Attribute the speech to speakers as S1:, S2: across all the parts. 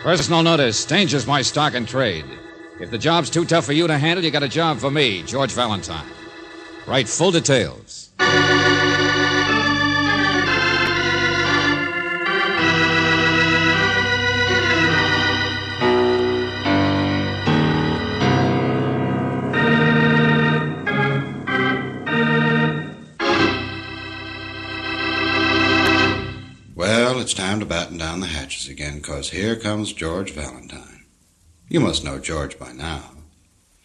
S1: Personal notice Danger's my stock and trade. If the job's too tough for you to handle, you got a job for me, George Valentine. Write full details.
S2: Well, it's time to batten down the hatches again, 'cause here comes George Valentine. You must know George by now.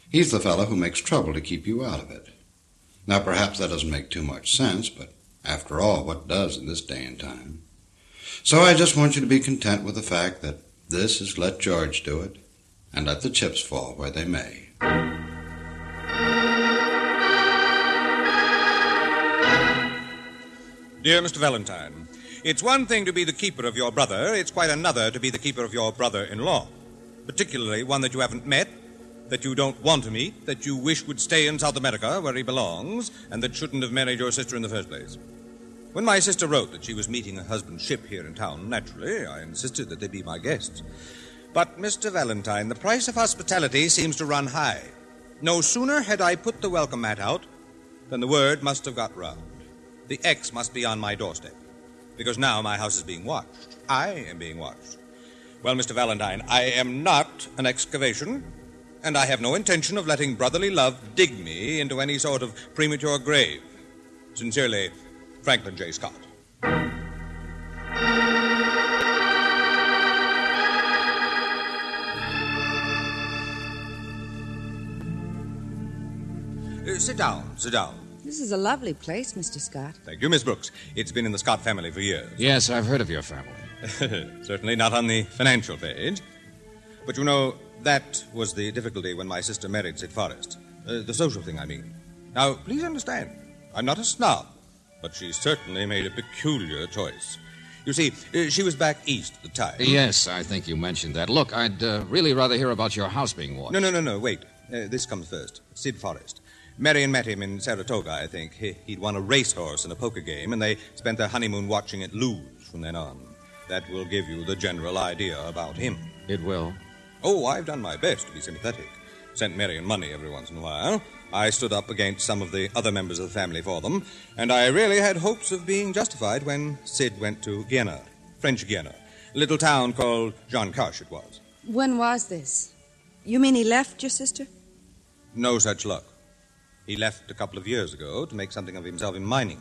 S2: He's the fellow who makes trouble to keep you out of it. Now, perhaps that doesn't make too much sense, but after all, what does in this day and time? So I just want you to be content with the fact that this is let George do it, and let the chips fall where they may.
S3: Dear Mr. Valentine, it's one thing to be the keeper of your brother, it's quite another to be the keeper of your brother in law. Particularly one that you haven't met, that you don't want to meet, that you wish would stay in South America where he belongs, and that shouldn't have married your sister in the first place. When my sister wrote that she was meeting her husband's ship here in town, naturally, I insisted that they be my guests. But, Mr. Valentine, the price of hospitality seems to run high. No sooner had I put the welcome mat out than the word must have got round. The X must be on my doorstep. Because now my house is being watched. I am being watched. Well, Mr. Valentine, I am not an excavation, and I have no intention of letting brotherly love dig me into any sort of premature grave. Sincerely, Franklin J. Scott. Uh, sit down, sit down.
S4: This is a lovely place, Mr. Scott.
S3: Thank you, Miss Brooks. It's been in the Scott family for years.
S1: Yes, I've heard of your family.
S3: Certainly not on the financial page. But you know, that was the difficulty when my sister married Sid Forrest. Uh, the social thing, I mean. Now, please understand, I'm not a snob, but she certainly made a peculiar choice. You see, uh, she was back east at the time.
S1: Yes, I think you mentioned that. Look, I'd uh, really rather hear about your house being watched.
S3: No, no, no, no, wait. Uh, this comes first. Sid Forrest. Marion met him in Saratoga, I think. He, he'd won a racehorse in a poker game, and they spent their honeymoon watching it lose from then on. That will give you the general idea about him.
S1: It will.
S3: Oh, I've done my best to be sympathetic. Sent Marion money every once in a while. I stood up against some of the other members of the family for them, and I really had hopes of being justified when Sid went to Guiana, French Guiana, a little town called Jancache it was.
S4: When was this? You mean he left your sister?
S3: No such luck. He left a couple of years ago to make something of himself in mining.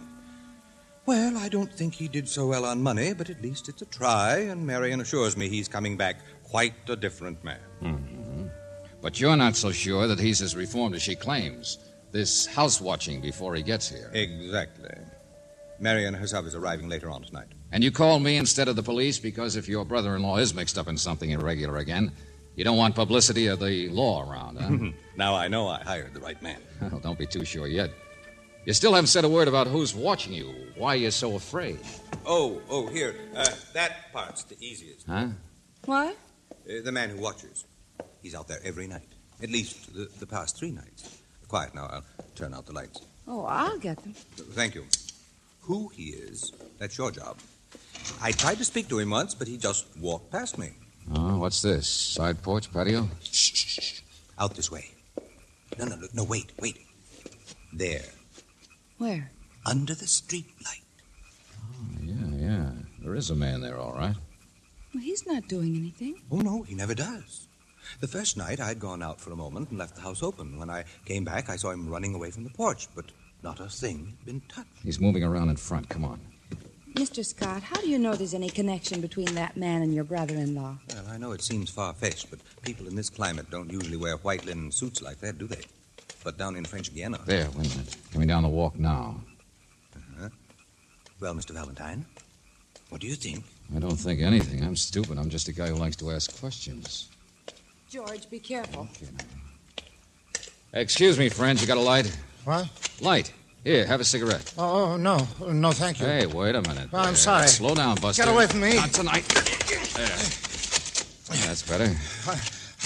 S3: Well, I don't think he did so well on money, but at least it's a try, and Marion assures me he's coming back quite a different man.
S1: Mm-hmm. But you're not so sure that he's as reformed as she claims. This house watching before he gets here.
S3: Exactly. Marion herself is arriving later on tonight.
S1: And you call me instead of the police because if your brother in law is mixed up in something irregular again, you don't want publicity or the law around, huh?
S3: Now I know I hired the right man.
S1: well, don't be too sure yet. You still haven't said a word about who's watching you, why you're so afraid.
S3: Oh, oh, here. Uh, that part's the easiest.
S1: Huh?
S4: What?
S3: Uh, the man who watches. He's out there every night. At least the, the past three nights. Quiet now. I'll turn out the lights.
S4: Oh, I'll get them.
S3: Thank you. Who he is, that's your job. I tried to speak to him once, but he just walked past me.
S1: Oh, what's this? Side porch, patio?
S3: Shh, shh, shh. Out this way. No, no, no, no, wait, wait. There,
S4: Where?
S3: under the street light.
S1: Yeah, yeah. There is a man there, all right.
S4: Well, he's not doing anything.
S3: Oh, no, he never does. The first night I'd gone out for a moment and left the house open. When I came back, I saw him running away from the porch, but not a thing had been touched.
S1: He's moving around in front. Come on.
S4: Mr. Scott, how do you know there's any connection between that man and your brother in law?
S3: Well, I know it seems far fetched, but people in this climate don't usually wear white linen suits like that, do they? But down in French Guiana.
S1: There, wait a minute. Coming down the walk now.
S3: Well, Mr. Valentine, what do you think?
S1: I don't think anything. I'm stupid. I'm just a guy who likes to ask questions.
S4: George, be careful.
S1: Excuse me, friends. You got a light?
S5: What?
S1: Light. Here, have a cigarette.
S5: Oh, oh, no. No, thank you.
S1: Hey, wait a minute.
S5: Well, Oh, I'm
S1: Uh,
S5: sorry.
S1: Slow down, Buster.
S5: Get away from me.
S1: Not tonight. There. That's better.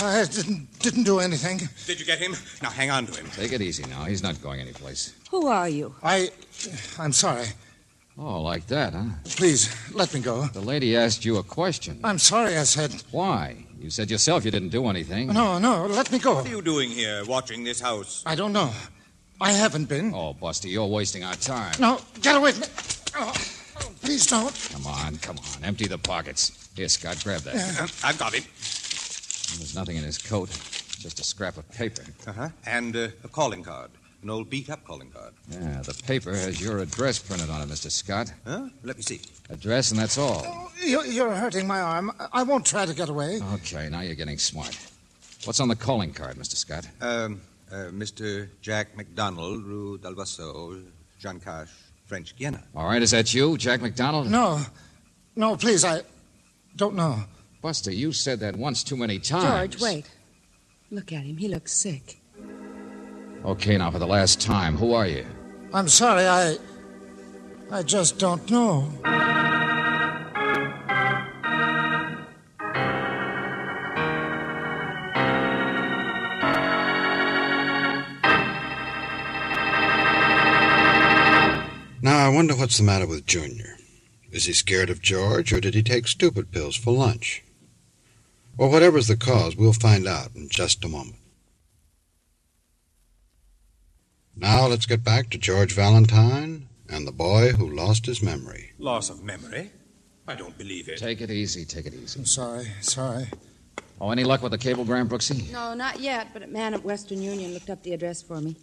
S5: I didn't, didn't do anything.
S3: Did you get him? Now hang on to him.
S1: Take it easy now. He's not going anyplace.
S4: Who are you?
S5: I. I'm sorry.
S1: Oh, like that, huh?
S5: Please, let me go.
S1: The lady asked you a question.
S5: I'm sorry I said.
S1: Why? You said yourself you didn't do anything.
S5: No, no, let me go.
S3: What are you doing here, watching this house?
S5: I don't know. I haven't been.
S1: Oh, Buster, you're wasting our time.
S5: No, get away from me. Oh, oh, please don't.
S1: Come on, come on. Empty the pockets. Here, Scott, grab that.
S3: Uh, I've got it.
S1: There's nothing in his coat, just a scrap of paper.
S3: Uh-huh. And uh, a calling card, an old beat-up calling card.
S1: Yeah, the paper has your address printed on it, Mr. Scott.
S3: Huh? Let me see.
S1: Address, and that's all.
S5: Oh, you- You're hurting my arm. I- I won't try to get away.
S1: Okay, now you're getting smart. What's on the calling card, Mr. Scott?
S3: Um, uh, Mr. Jack McDonald, Rue d'Albasso, Jean Cash, French Guiana.
S1: All right, is that you, Jack McDonald?
S5: No, no, please, I don't know.
S1: Buster, you said that once too many
S4: Ah,
S1: times.
S4: George, wait. Look at him. He looks sick.
S1: Okay, now for the last time, who are you?
S5: I'm sorry, I. I just don't know.
S2: Now, I wonder what's the matter with Junior. Is he scared of George, or did he take stupid pills for lunch? Well, whatever's the cause, we'll find out in just a moment. Now, let's get back to George Valentine and the boy who lost his memory.
S3: Loss of memory? I don't believe it.
S1: Take it easy, take it easy.
S5: I'm sorry, sorry.
S1: Oh, any luck with the cablegram, Brooksy?
S4: No, not yet, but a man at Western Union looked up the address for me.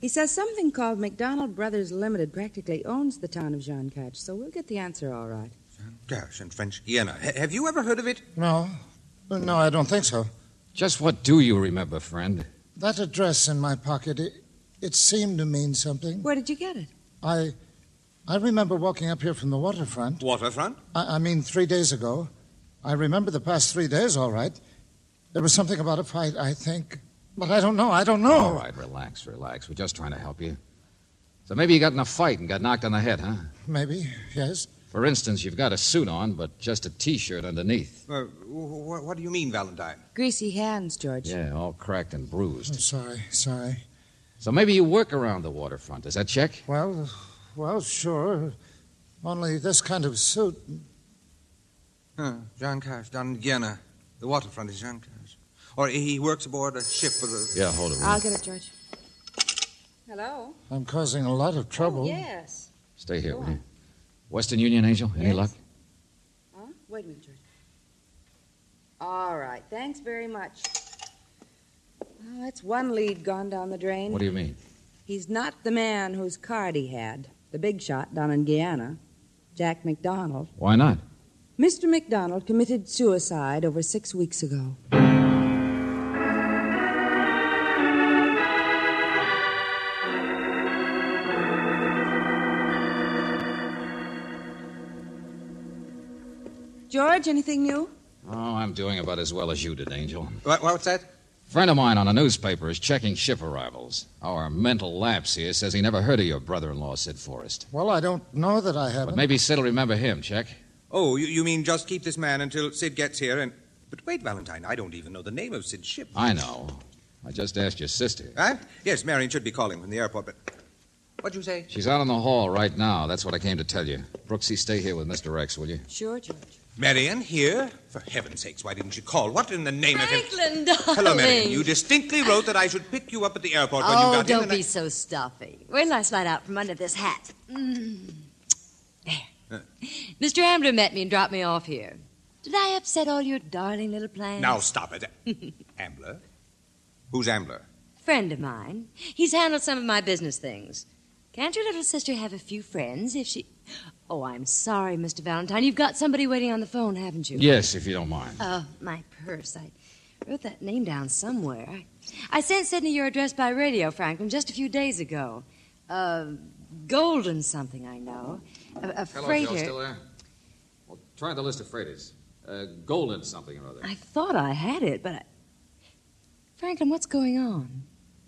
S4: He says something called McDonald Brothers Limited practically owns the town of Jean Catch, so we'll get the answer all right.
S3: Cash and French Guiana. H- have you ever heard of it?
S5: No, no, I don't think so.
S1: Just what do you remember, friend?
S5: That address in my pocket, it, it seemed to mean something.
S4: Where did you get it?
S5: I. I remember walking up here from the waterfront.
S3: Waterfront?
S5: I, I mean, three days ago. I remember the past three days, all right. There was something about a fight, I think. But I don't know. I don't know.
S1: All right, relax, relax. We're just trying to help you. So maybe you got in a fight and got knocked on the head, huh?
S5: Maybe, yes.
S1: For instance, you've got a suit on, but just a t shirt underneath.
S3: Uh, wh- wh- what do you mean, Valentine?
S4: Greasy hands, George.
S1: Yeah, all cracked and bruised.
S5: I'm sorry, sorry.
S1: So maybe you work around the waterfront. Does that check?
S5: Well, well, sure. Only this kind of suit.
S3: Huh, Jean Cash, down in Guiana. The waterfront is Jean Cash. Or he works aboard a ship for the.
S1: Yeah, hold it.
S4: I'll
S1: Ruth.
S4: get it, George. Hello?
S5: I'm causing a lot of trouble.
S4: Oh, yes.
S1: Stay here,
S4: Go
S1: will
S4: on.
S1: you? Western Union Angel, any
S4: Yes.
S1: luck?
S4: Huh? Wait a minute, George. All right. Thanks very much. Well, that's one lead gone down the drain.
S1: What do you mean?
S4: He's not the man whose card he had, the big shot down in Guyana, Jack McDonald.
S1: Why not?
S4: Mr. McDonald committed suicide over six weeks ago. George, anything new?
S1: Oh, I'm doing about as well as you did, Angel.
S3: What, what's that?
S1: Friend of mine on a newspaper is checking ship arrivals. Our mental lapse here says he never heard of your brother-in-law, Sid Forrest.
S5: Well, I don't know that I haven't.
S1: But maybe Sid'll remember him, check.
S3: Oh, you, you mean just keep this man until Sid gets here and. But wait, Valentine, I don't even know the name of Sid's ship.
S1: I know. I just asked your sister.
S3: Huh? Yes, Marion should be calling from the airport, but. What'd you say?
S1: She's out in the hall right now. That's what I came to tell you. Brooksy, stay here with Mr. Rex, will you?
S4: Sure, George.
S3: Marion, here? For heaven's sakes, why didn't you call? What in the name of him?
S6: Franklin, darling.
S3: Hello, Marion. You distinctly wrote that I should pick you up at the airport when
S6: oh,
S3: you got
S6: don't
S3: in. and I-
S6: be so stuffy. Wait till I slide out from under this hat. Mm. There. Mr. Hambler met me and dropped me off here. Did I upset all your darling little plans?
S3: Now stop it. Ambler? Who's Ambler?
S6: Friend of mine. He's handled some of my business things. Can't your little sister have a few friends if she. Oh, I'm sorry, Mr. Valentine. You've got somebody waiting on the phone, haven't you?
S1: Yes, if you don't mind.
S6: Oh, my purse. I wrote that name down somewhere. I, I sent Sidney your address by radio, Franklin, just a few days ago. Uh, Golden something, I know. A, a freighter.
S1: there? Well, try the list of freighters. Uh, Golden something or other.
S6: I thought I had it, but I... Franklin, what's going on?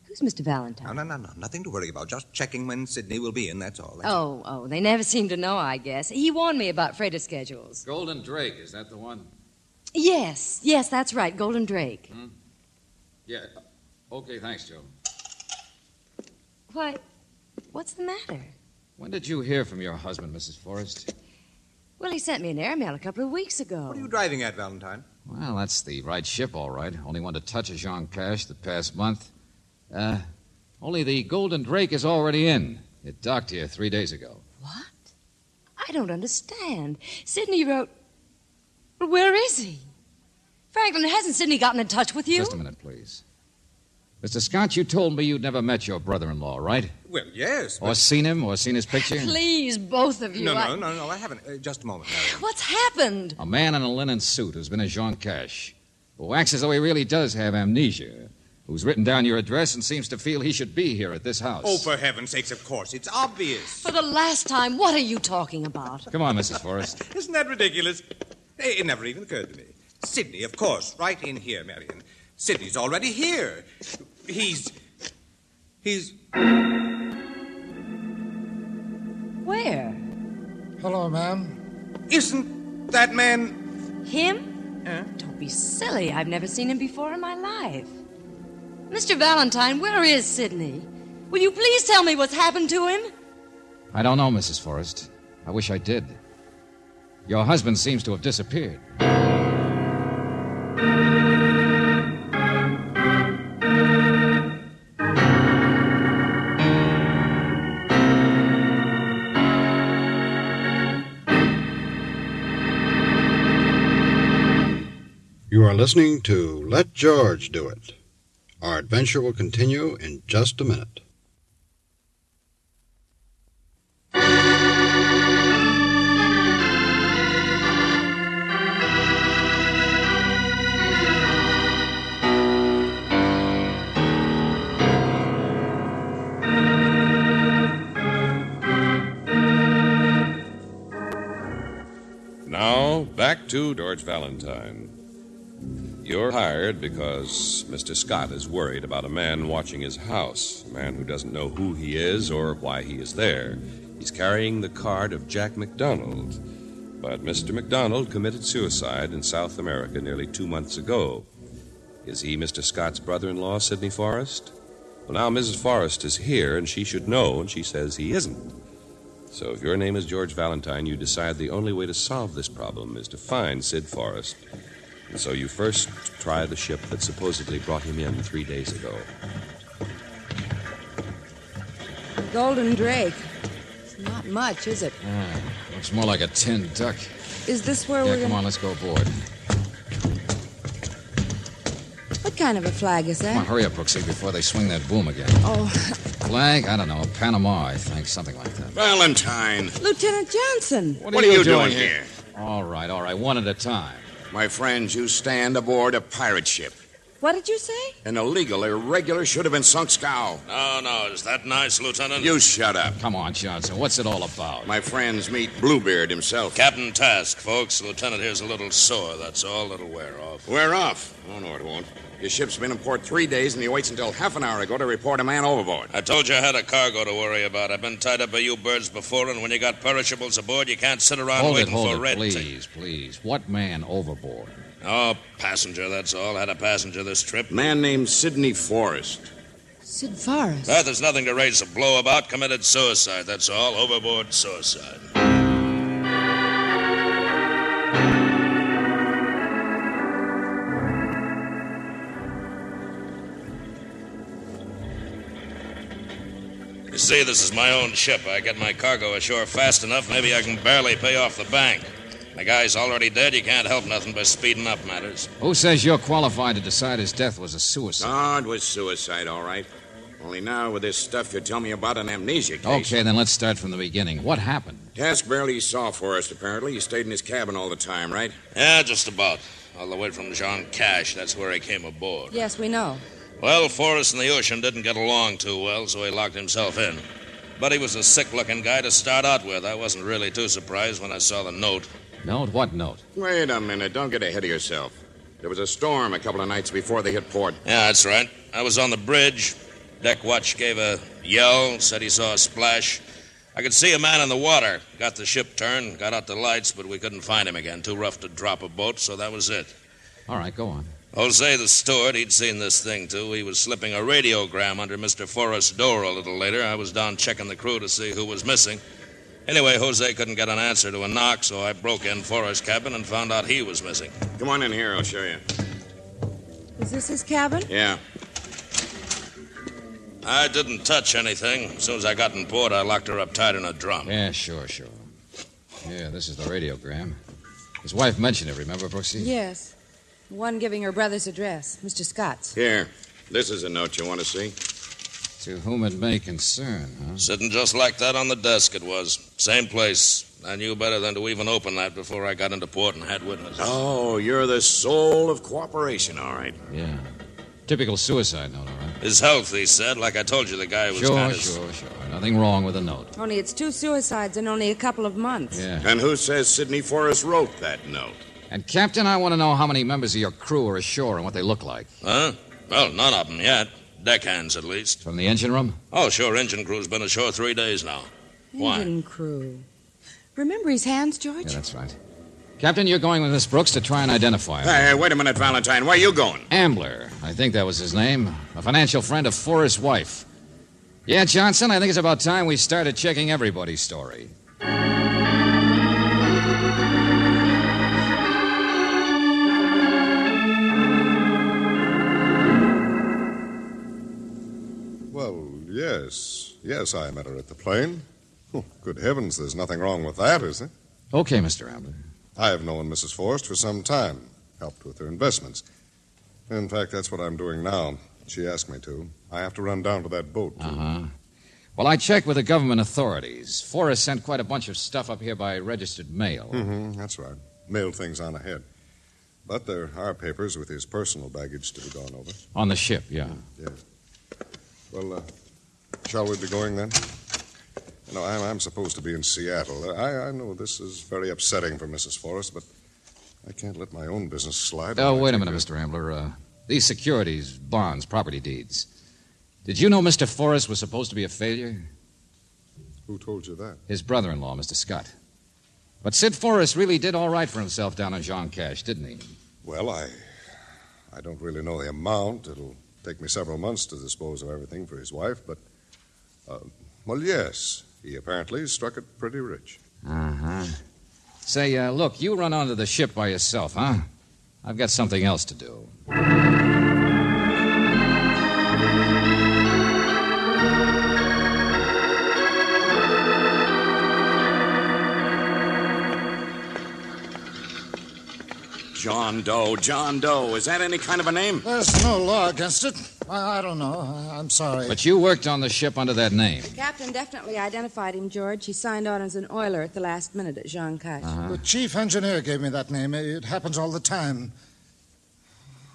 S6: Who's Mr.
S3: No,
S6: Valentine?
S3: no, no, no. Nothing to worry about. Just checking when Sydney will be in, that's all. That's
S6: Oh, oh, they never seem to know, I guess. He warned me about freighter schedules.
S1: Golden Drake, is that the one?
S6: Yes, yes, that's right, Golden Drake.
S1: Yeah. Okay, thanks, Joe.
S6: Why, what's the matter?
S1: When did you hear from your husband, Mrs. Forrest?
S6: Well, he sent me an airmail a couple of weeks ago.
S3: What are you driving at, Valentine?
S1: Well, that's the right ship, all right. Only one to touch a Jean Cash the past month. Uh, only the Golden Drake is already in. It docked here three days ago.
S6: What? I don't understand. Sidney wrote. Well, Where is he? Franklin, hasn't Sidney gotten in touch with you?
S1: Just a minute, please. Mr. Scott, you told me you'd never met your brother in law, right?
S3: Well, yes.
S1: Or
S3: But...
S1: seen him, or seen his picture?
S6: Please, both of you. Oh,
S3: No,
S6: I-
S3: no, no, no, I haven't. Uh, just a moment. Marion.
S6: What's happened?
S1: A man in a linen suit who's been a Jean Cash, who acts as though he really does have amnesia, who's written down your address and seems to feel he should be here at this house.
S3: Oh, for heaven's sakes, of course. It's obvious.
S6: For the last time, what are you talking about?
S1: Come on, Mrs. Forrest.
S3: Isn't that ridiculous? It it never even occurred to me. Sydney, of course, right in here, Marion. Sydney's already here. He's. He's.
S6: Where?
S5: Hello, ma'am.
S3: Isn't that man.
S6: Him?
S3: Huh?
S6: Don't be silly. I've never seen him before in my life. Mr. Valentine, where is Sidney? Will you please tell me what's happened to him?
S1: I don't know, Mrs. Forrest. I wish I did. Your husband seems to have disappeared.
S2: You are listening to Let George Do It. Our adventure will continue in just a minute.
S7: Now, back to George Valentine. You're hired because Mr. Scott is worried about a man watching his house, a man who doesn't know who he is or why he is there. He's carrying the card of Jack McDonald. But Mr. McDonald committed suicide in South America nearly two months ago. Is he Mr. Scott's brother in law, Sidney Forrest? Well, now Mrs. Forrest is here, and she should know, and she says he isn't. So, if your name is George Valentine, you decide the only way to solve this problem is to find Sid Forrest. And so you first try the ship that supposedly brought him in three days ago.
S4: Golden Drake. It's not much, is it?
S1: Looks more like a tin duck.
S4: Is this where
S1: Yeah,
S4: we're
S1: come
S4: gonna...
S1: on, let's go aboard.
S4: What kind of a flag is
S1: Come on,
S4: that?
S1: hurry up, Brooksy, before they swing that boom again.
S4: Oh,
S1: Flag? I don't know. Panama, I think. Something like that.
S8: Valentine,
S4: Lieutenant Johnson.
S8: what, are you doing, here?
S1: All right, all right. One at a time.
S8: My friends, you stand aboard a pirate ship.
S4: What did you say?
S8: An illegal, irregular, should have been sunk scow.
S9: No, no, is that nice, Lieutenant?
S8: You shut up.
S1: Come on, Johnson. What's it all about?
S8: My friends meet Bluebeard himself.
S9: Captain Task, folks. Lieutenant here's a little sore, that's all. It'll wear off.
S8: We're off. Oh, no, it won't. Your ship's been in port three days, and he waits until half an hour ago to report a man overboard.
S9: I told you I had a cargo to worry about. I've been tied up by you birds before, and when you got perishables aboard, you can't sit around
S1: hold it,
S9: waiting
S1: hold
S9: for
S1: it,
S9: red tape.
S1: please, please. What man overboard?
S9: Oh, passenger, that's all. Had a passenger this trip.
S8: Man named Sidney Forrest.
S4: Sid Forrest.
S9: Ah, there's nothing to raise a blow about. Committed suicide, that's all. Overboard suicide. You see, this is my own ship. I get my cargo ashore fast enough, maybe I can barely pay off the bank. The guy's already dead. You can't help nothing by speeding up matters.
S1: Who says you're qualified to decide his death was a suicide?
S8: Oh, it was suicide, all right. Only now, with this stuff you tell me about an amnesia case.
S1: Okay, then let's start from the beginning. What happened?
S8: Task barely saw Forrest, apparently. He stayed in his cabin all the time, right?
S9: Yeah, just about. All the way from Jean Cash. That's where he came aboard.
S4: Yes, we know.
S9: Well, Forrest and the ocean didn't get along too well, so he locked himself in. But he was a sick looking guy to start out with. I wasn't really too surprised when I saw the note.
S1: Note? What note?
S8: Wait a minute. Don't get ahead of yourself. There was a storm a couple of nights before they hit port.
S9: Yeah, that's right. I was on the bridge. Deck watch gave a yell, said he saw a splash. I could see a man in the water. Got the ship turned, got out the lights, but we couldn't find him again. Too rough to drop a boat, so that was it.
S1: All right, go on.
S9: Jose, the steward, he'd seen this thing too. He was slipping a radiogram under Mr. Forrest's door a little later. I was down checking the crew to see who was missing. Anyway, Jose couldn't get an answer to a knock, so I broke in Forrest's cabin and found out he was missing.
S8: Come on in here, I'll show you.
S4: Is this his cabin?
S8: Yeah.
S9: I didn't touch anything. As soon as I got on board, I locked her up tight in a drum.
S1: Yeah, sure, sure. Yeah, this is the radiogram. His wife mentioned it, remember, Brooksy?
S4: Yes. The one giving her brother's address, Mr. Scott's.
S8: Here. This is a note you want to see.
S1: To whom it may concern, huh?
S9: Sitting just like that on the desk, it was. Same place. I knew better than to even open that before I got into port and had witnesses.
S8: Oh, you're the soul of cooperation, all right.
S1: Yeah. Typical suicide note, all right?
S9: His health, he said. Like I told you, the guy was
S1: Sure,
S9: kind of.
S1: sure, sure. Nothing wrong with the note.
S4: Only it's two suicides in only a couple of months.
S1: Yeah.
S8: And who says Sidney Forrest wrote that note?
S1: And, Captain, I want to know how many members of your crew are ashore and what they look like.
S9: Huh? Well, none of them yet. Deckhands, at least.
S1: From the engine room?
S9: Oh, sure, engine crew's been ashore three days now. Why?
S4: Engine crew. Remember his hands,
S1: Yeah,
S4: George?
S1: that's right. Captain, you're going with Miss Brooks to try and identify him.
S8: Hey, hey, Uh, wait a minute, Valentine. Where are you going?
S1: Ambler, I think that was his name, a financial friend of Forrest's wife. Yeah, Johnson, I think it's about time we started checking everybody's story.
S10: Well, yes. Yes, I met her at the plane. Oh, good heavens, there's nothing wrong with that, is there?
S1: Okay, Mr. Ambler.
S10: I have known Mrs. Forrest for some time, helped with her investments. In fact, that's what I'm doing now. She asked me to. I have to run down to that boat.
S1: Uh huh. Well, I checked with the government authorities. Forrest sent quite a bunch of stuff up here by registered mail.
S10: Mm-hmm, that's right. Mail things on ahead. But there are papers with his personal baggage to be gone over.
S1: On the ship, yeah.
S10: Well, uh, shall we be going then? You know, I'm, I'm supposed to be in Seattle. I, I know this is very upsetting for Mrs. Forrest, but I can't let my own business slide.
S1: Oh, wait a minute, Mr. Ambler. Uh, these securities, bonds, property deeds. Did you know Mr. Forrest was supposed to be a failure?
S10: Who told you that?
S1: His brother in law, Mr. Scott. But Sid Forrest really did all right for himself down on Jean Cash, didn't he?
S10: Well, I, I don't really know the amount. It'll take me several months to dispose of everything for his wife, but, uh, well, yes, he apparently struck it pretty rich.
S1: Uh huh. Say, uh, look, you run onto the ship by yourself, huh? I've got something else to do.
S8: John Doe. John Doe. Is that any kind of a name?
S5: There's no law against it. I, I don't know. I, I'm sorry.
S1: But you worked on the ship under that name.
S4: The captain definitely identified him, George. He signed on as an oiler at the last minute at Jean Cache.
S1: Uh-huh.
S5: The chief engineer gave me that name. It happens all the time.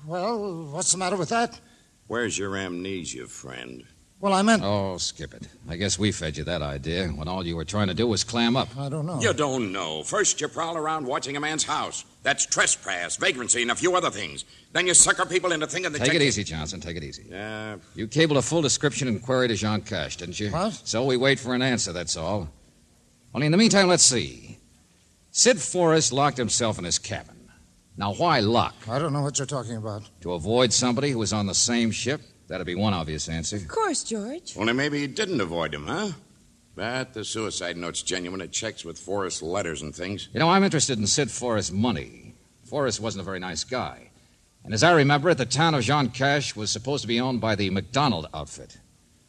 S5: Well, what's the matter with that?
S8: Where's your amnesia, friend?
S5: Well, I meant.
S1: Oh, skip it. I guess we fed you that idea when all you were trying to do was clam up.
S5: I don't know.
S8: You don't know. First, you prowl around watching a man's house. That's trespass, vagrancy, and a few other things. Then you sucker people into thinking that
S1: Take
S8: you
S1: it easy, Johnson. Take it easy.
S8: Yeah,
S1: You cabled a full description and query to Jean Cash, didn't you?
S5: What?
S1: So we wait for an answer, that's all. Only in the meantime, let's see. Sid Forrest locked himself in his cabin. Now, why lock?
S5: I don't know what you're talking about.
S1: To avoid somebody who was on the same ship? That'd be one obvious answer.
S4: Of course, George.
S8: Only maybe he didn't avoid him, huh? But the suicide note's genuine. It checks with Forrest's letters and things.
S1: You know, I'm interested in Sid Forrest's money. Forrest wasn't a very nice guy. And as I remember it, the town of Jean Cash was supposed to be owned by the McDonald outfit.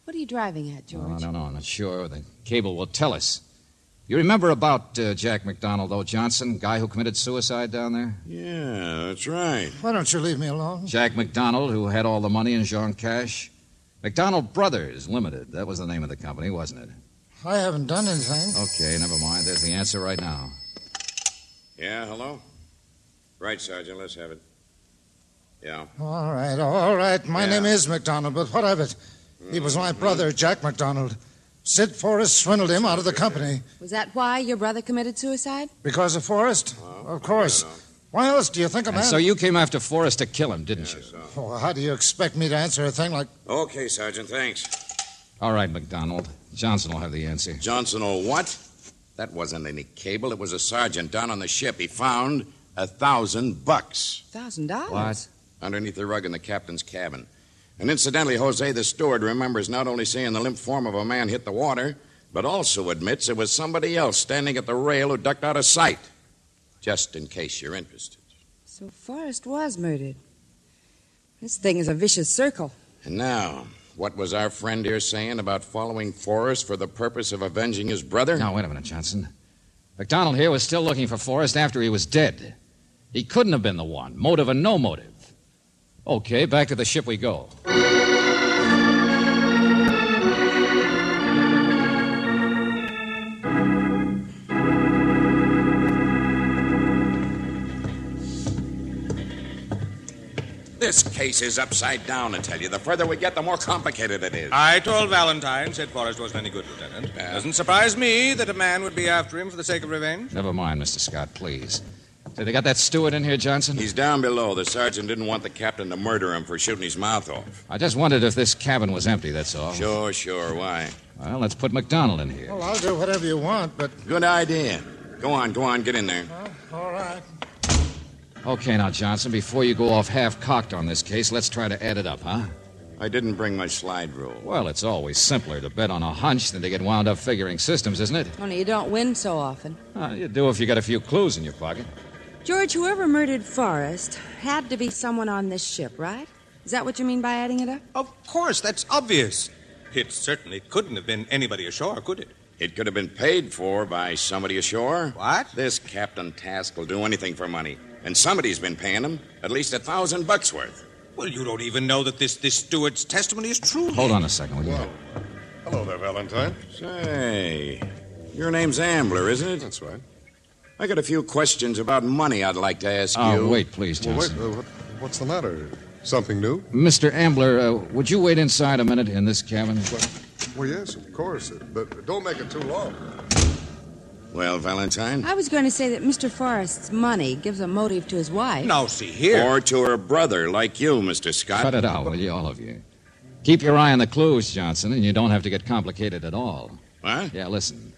S4: What are you driving at, George?
S1: Oh, I don't know. I'm not sure. The cable will tell us. You remember about uh, Jack McDonald, though, Johnson, guy who committed suicide down there?
S8: Yeah, that's right.
S5: Why don't you leave me alone?
S1: Jack McDonald, who had all the money in Jean Cash. McDonald Brothers Limited. That was the name of the company, wasn't it?
S5: I haven't done anything.
S1: Okay, never mind. There's the answer right now.
S8: Yeah, hello? Right, Sergeant, let's have it. Yeah.
S5: All right, all right. My
S8: Yeah.
S5: name is McDonald, but what of it? He was my brother, Jack McDonald. Sid Forrest swindled him out of the company.
S4: Was that why your brother committed suicide?
S5: Because of Forrest? of course. Why else do you think a
S1: And
S5: man.
S1: so you came after Forrest to kill him, didn't you?
S5: Oh, how do you expect me to answer a thing like.
S8: Okay, Sergeant, thanks.
S1: All right, McDonald. Johnson will have the answer.
S8: Johnson, oh, what? That wasn't any cable. It was a sergeant down on the ship. He found a thousand bucks.
S4: Thousand dollars.
S1: What?
S8: underneath the rug in the captain's cabin. And incidentally, Jose, the steward, remembers not only seeing the limp form of a man hit the water, but also admits it was somebody else standing at the rail who ducked out of sight. Just in case you're interested.
S4: So Forrest was murdered. This thing is a vicious circle.
S8: And now, what was our friend here saying about following Forrest for the purpose of avenging his brother?
S1: Now, wait a minute, Johnson. McDonald here was still looking for Forrest after he was dead. He couldn't have been the one, motive or no motive. Okay, back to the ship we go.
S8: This case is upside down, I tell you. The further we get, the more complicated it is.
S3: I told Valentine, said Forrest wasn't any good, Lieutenant. Doesn't surprise me that a man would be after him for the sake of revenge.
S1: Never mind, Mr. Scott, please. Say, they got that steward in here, Johnson?
S8: He's down below. The sergeant didn't want the captain to murder him for shooting his mouth off.
S1: I just wondered if this cabin was empty, that's all.
S8: Sure, sure. Why?
S1: Well, let's put McDonald in here.
S5: Well, I'll do whatever you want, but.
S8: Good idea. Go on, go on. Get in there.
S5: All right.
S1: Okay, now, Johnson, before you go off half cocked on this case, let's try to add it up, huh?
S8: I didn't bring my slide rule.
S1: Well, it's always simpler to bet on a hunch than to get wound up figuring systems, isn't it?
S4: Only you don't win so often.
S1: Uh, you do if you got a few clues in your pocket.
S4: George, whoever murdered Forrest had to be someone on this ship, right? Is that what you mean by adding it up?
S3: Of course, that's obvious. It certainly couldn't have been anybody ashore, could it?
S8: It could have been paid for by somebody ashore.
S3: What?
S8: This Captain Task will do anything for money. And somebody's been paying him at least a thousand bucks worth.
S3: Well, you don't even know that this, this steward's testimony is true.
S1: Hold on a second, will you?
S10: Hello there, Valentine.
S8: Say, your name's Ambler, isn't it?
S10: That's right.
S8: I got a few questions about money I'd like to ask you.
S1: Oh, wait, please,
S10: Well, wait,
S1: Johnson.
S10: uh, what, what's the matter? Something new?
S1: Mr. Ambler, uh, would you wait inside a minute in this cabin?
S10: Well, yes, of course. Uh, But don't make it too long.
S8: Well, Valentine?
S4: I was going to say that Mr. Forrest's money gives a motive to his wife.
S3: Now, see here.
S8: Or to her brother, like you, Mr. Scott.
S1: Cut it out, will you, all of you? Keep your eye on the clues, Johnson, and you don't have to get complicated at all.
S8: What?
S1: Yeah, listen.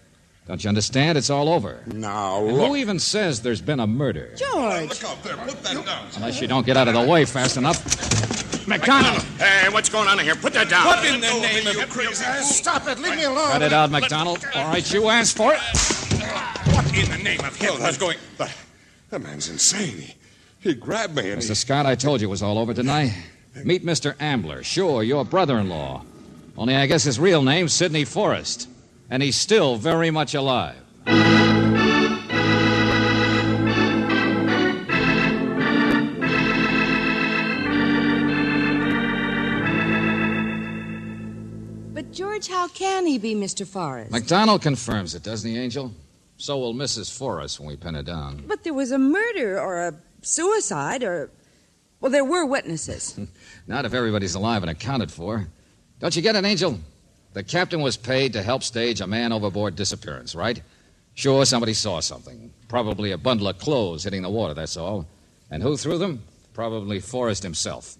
S1: Don't you understand? It's all over.
S8: Now,
S1: And
S8: look.
S1: who even says there's been a murder?
S4: George!
S10: Look out there. Put that down.
S1: Unless you don't get out of the way fast enough. McDonald!
S8: Hey, what's going on in here? Put that down.
S3: What in the name of crazy?
S5: Stop it. Leave me alone.
S1: Cut it out, McDonald. All right, you asked for it.
S3: What in the name of hell was going?
S10: That man's insane. He, he grabbed me and he...
S1: Mr. Scott, I told you it was all over, didn't I? Meet Mr. Ambler. Sure, your brother in law. Only I guess his real name's Sidney Forrest. And he's still very much alive.
S4: But, George, how can he be Mr. Forrest?
S1: McDonald confirms it, doesn't he, Angel? So will Mrs. Forrest when we pin her down.
S4: But there was a murder or a suicide or. Well, there were witnesses.
S1: Not if everybody's alive and accounted for. Don't you get it, Angel? The captain was paid to help stage a man overboard disappearance, right? Sure, somebody saw something. Probably a bundle of clothes hitting the water, that's all. And who threw them? Probably Forrest himself.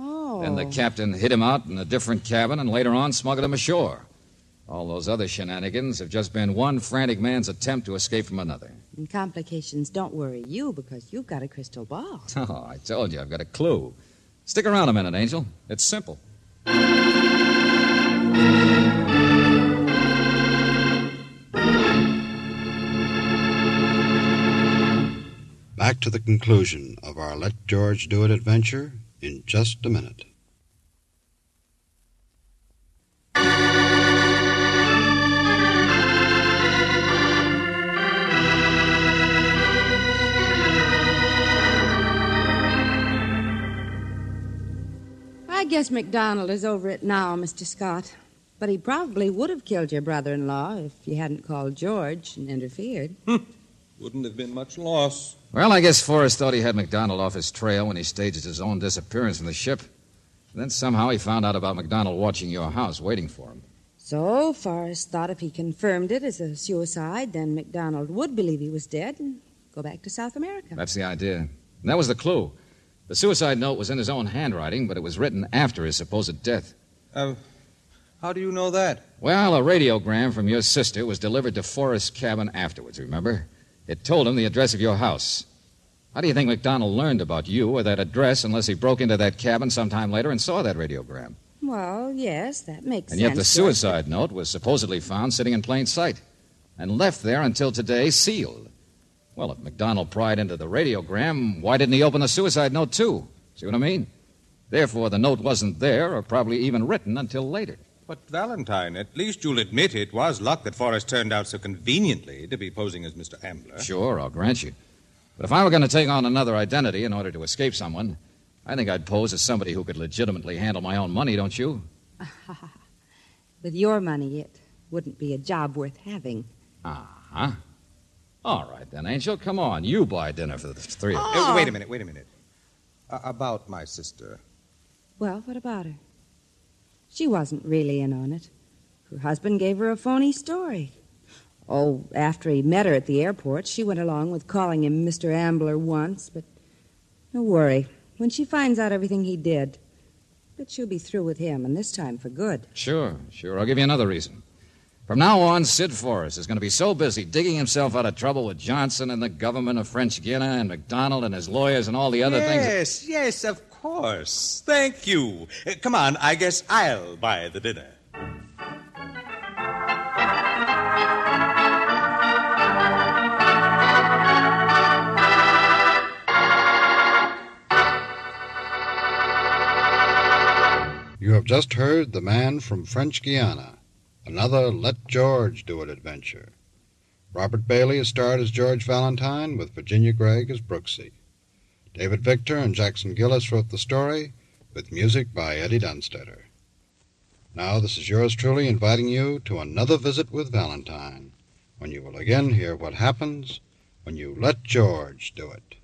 S4: Oh.
S1: Then the captain hid him out in a different cabin and later on smuggled him ashore. All those other shenanigans have just been one frantic man's attempt to escape from another.
S4: And complications don't worry you because you've got a crystal ball.
S1: Oh, I told you, I've got a clue. Stick around a minute, Angel. It's simple.
S2: Back to the conclusion of our Let George Do It adventure in just a minute.
S4: I guess McDonald is over it now, Mr. Scott. But he probably would have killed your brother in law if you hadn't called George and interfered.
S3: Wouldn't have been much loss.
S1: Well, I guess Forrest thought he had McDonald off his trail when he staged his own disappearance from the ship. Then somehow he found out about McDonald watching your house, waiting for him.
S4: So Forrest thought if he confirmed it as a suicide, then McDonald would believe he was dead and go back to South America.
S1: That's the idea. And that was the clue. The suicide note was in his own handwriting, but it was written after his supposed death.
S3: How do you know that?
S1: Well, a radiogram from your sister was delivered to Forrest's cabin afterwards, remember? It told him the address of your house. How do you think McDonald learned about you or that address unless he broke into that cabin sometime later and saw that radiogram?
S4: Well, yes, that makes
S1: And
S4: sense.
S1: yet the
S4: George.
S1: suicide note was supposedly found sitting in plain sight and left there until today sealed. Well, if McDonald pried into the radiogram, why didn't he open the suicide note, too? See what I mean? Therefore, the note wasn't there or probably even written until later.
S3: But, Valentine, at least you'll admit it was luck that Forrest turned out so conveniently to be posing as Mr. Ambler.
S1: Sure, I'll grant you. But if I were going to take on another identity in order to escape someone, I think I'd pose as somebody who could legitimately handle my own money, don't you?
S4: With your money, it wouldn't be a job worth having.
S1: Huh? Uh-huh. All right, then, Angel. Come on. You buy dinner for the three of us.
S3: Uh, wait a minute, wait a minute. Uh, about my sister.
S4: Well, what about her? She wasn't really in on it. Her husband gave her a phony story. Oh, after he met her at the airport, she went along with calling him Mr. Ambler once, but no worry. When she finds out everything he did, but she'll be through with him, and this time for good.
S1: Sure, sure. I'll give you another reason. From now on, Sid Forrest is going to be so busy digging himself out of trouble with Johnson and the government of French Guiana and McDonald and his lawyers and all the other things. that-
S3: yes, yes, of course. Thank you. Uh, come on, I guess I'll buy the dinner.
S2: You have just heard The Man from French Guiana, another Let George Do It adventure. Robert Bailey is starred as George Valentine, with Virginia Gregg as Brooksy. David Victor and Jackson Gillis wrote the story, with music by Eddie Dunstetter. Now, this is yours truly inviting you to another visit with Valentine, when you will again hear what happens when you let George do it.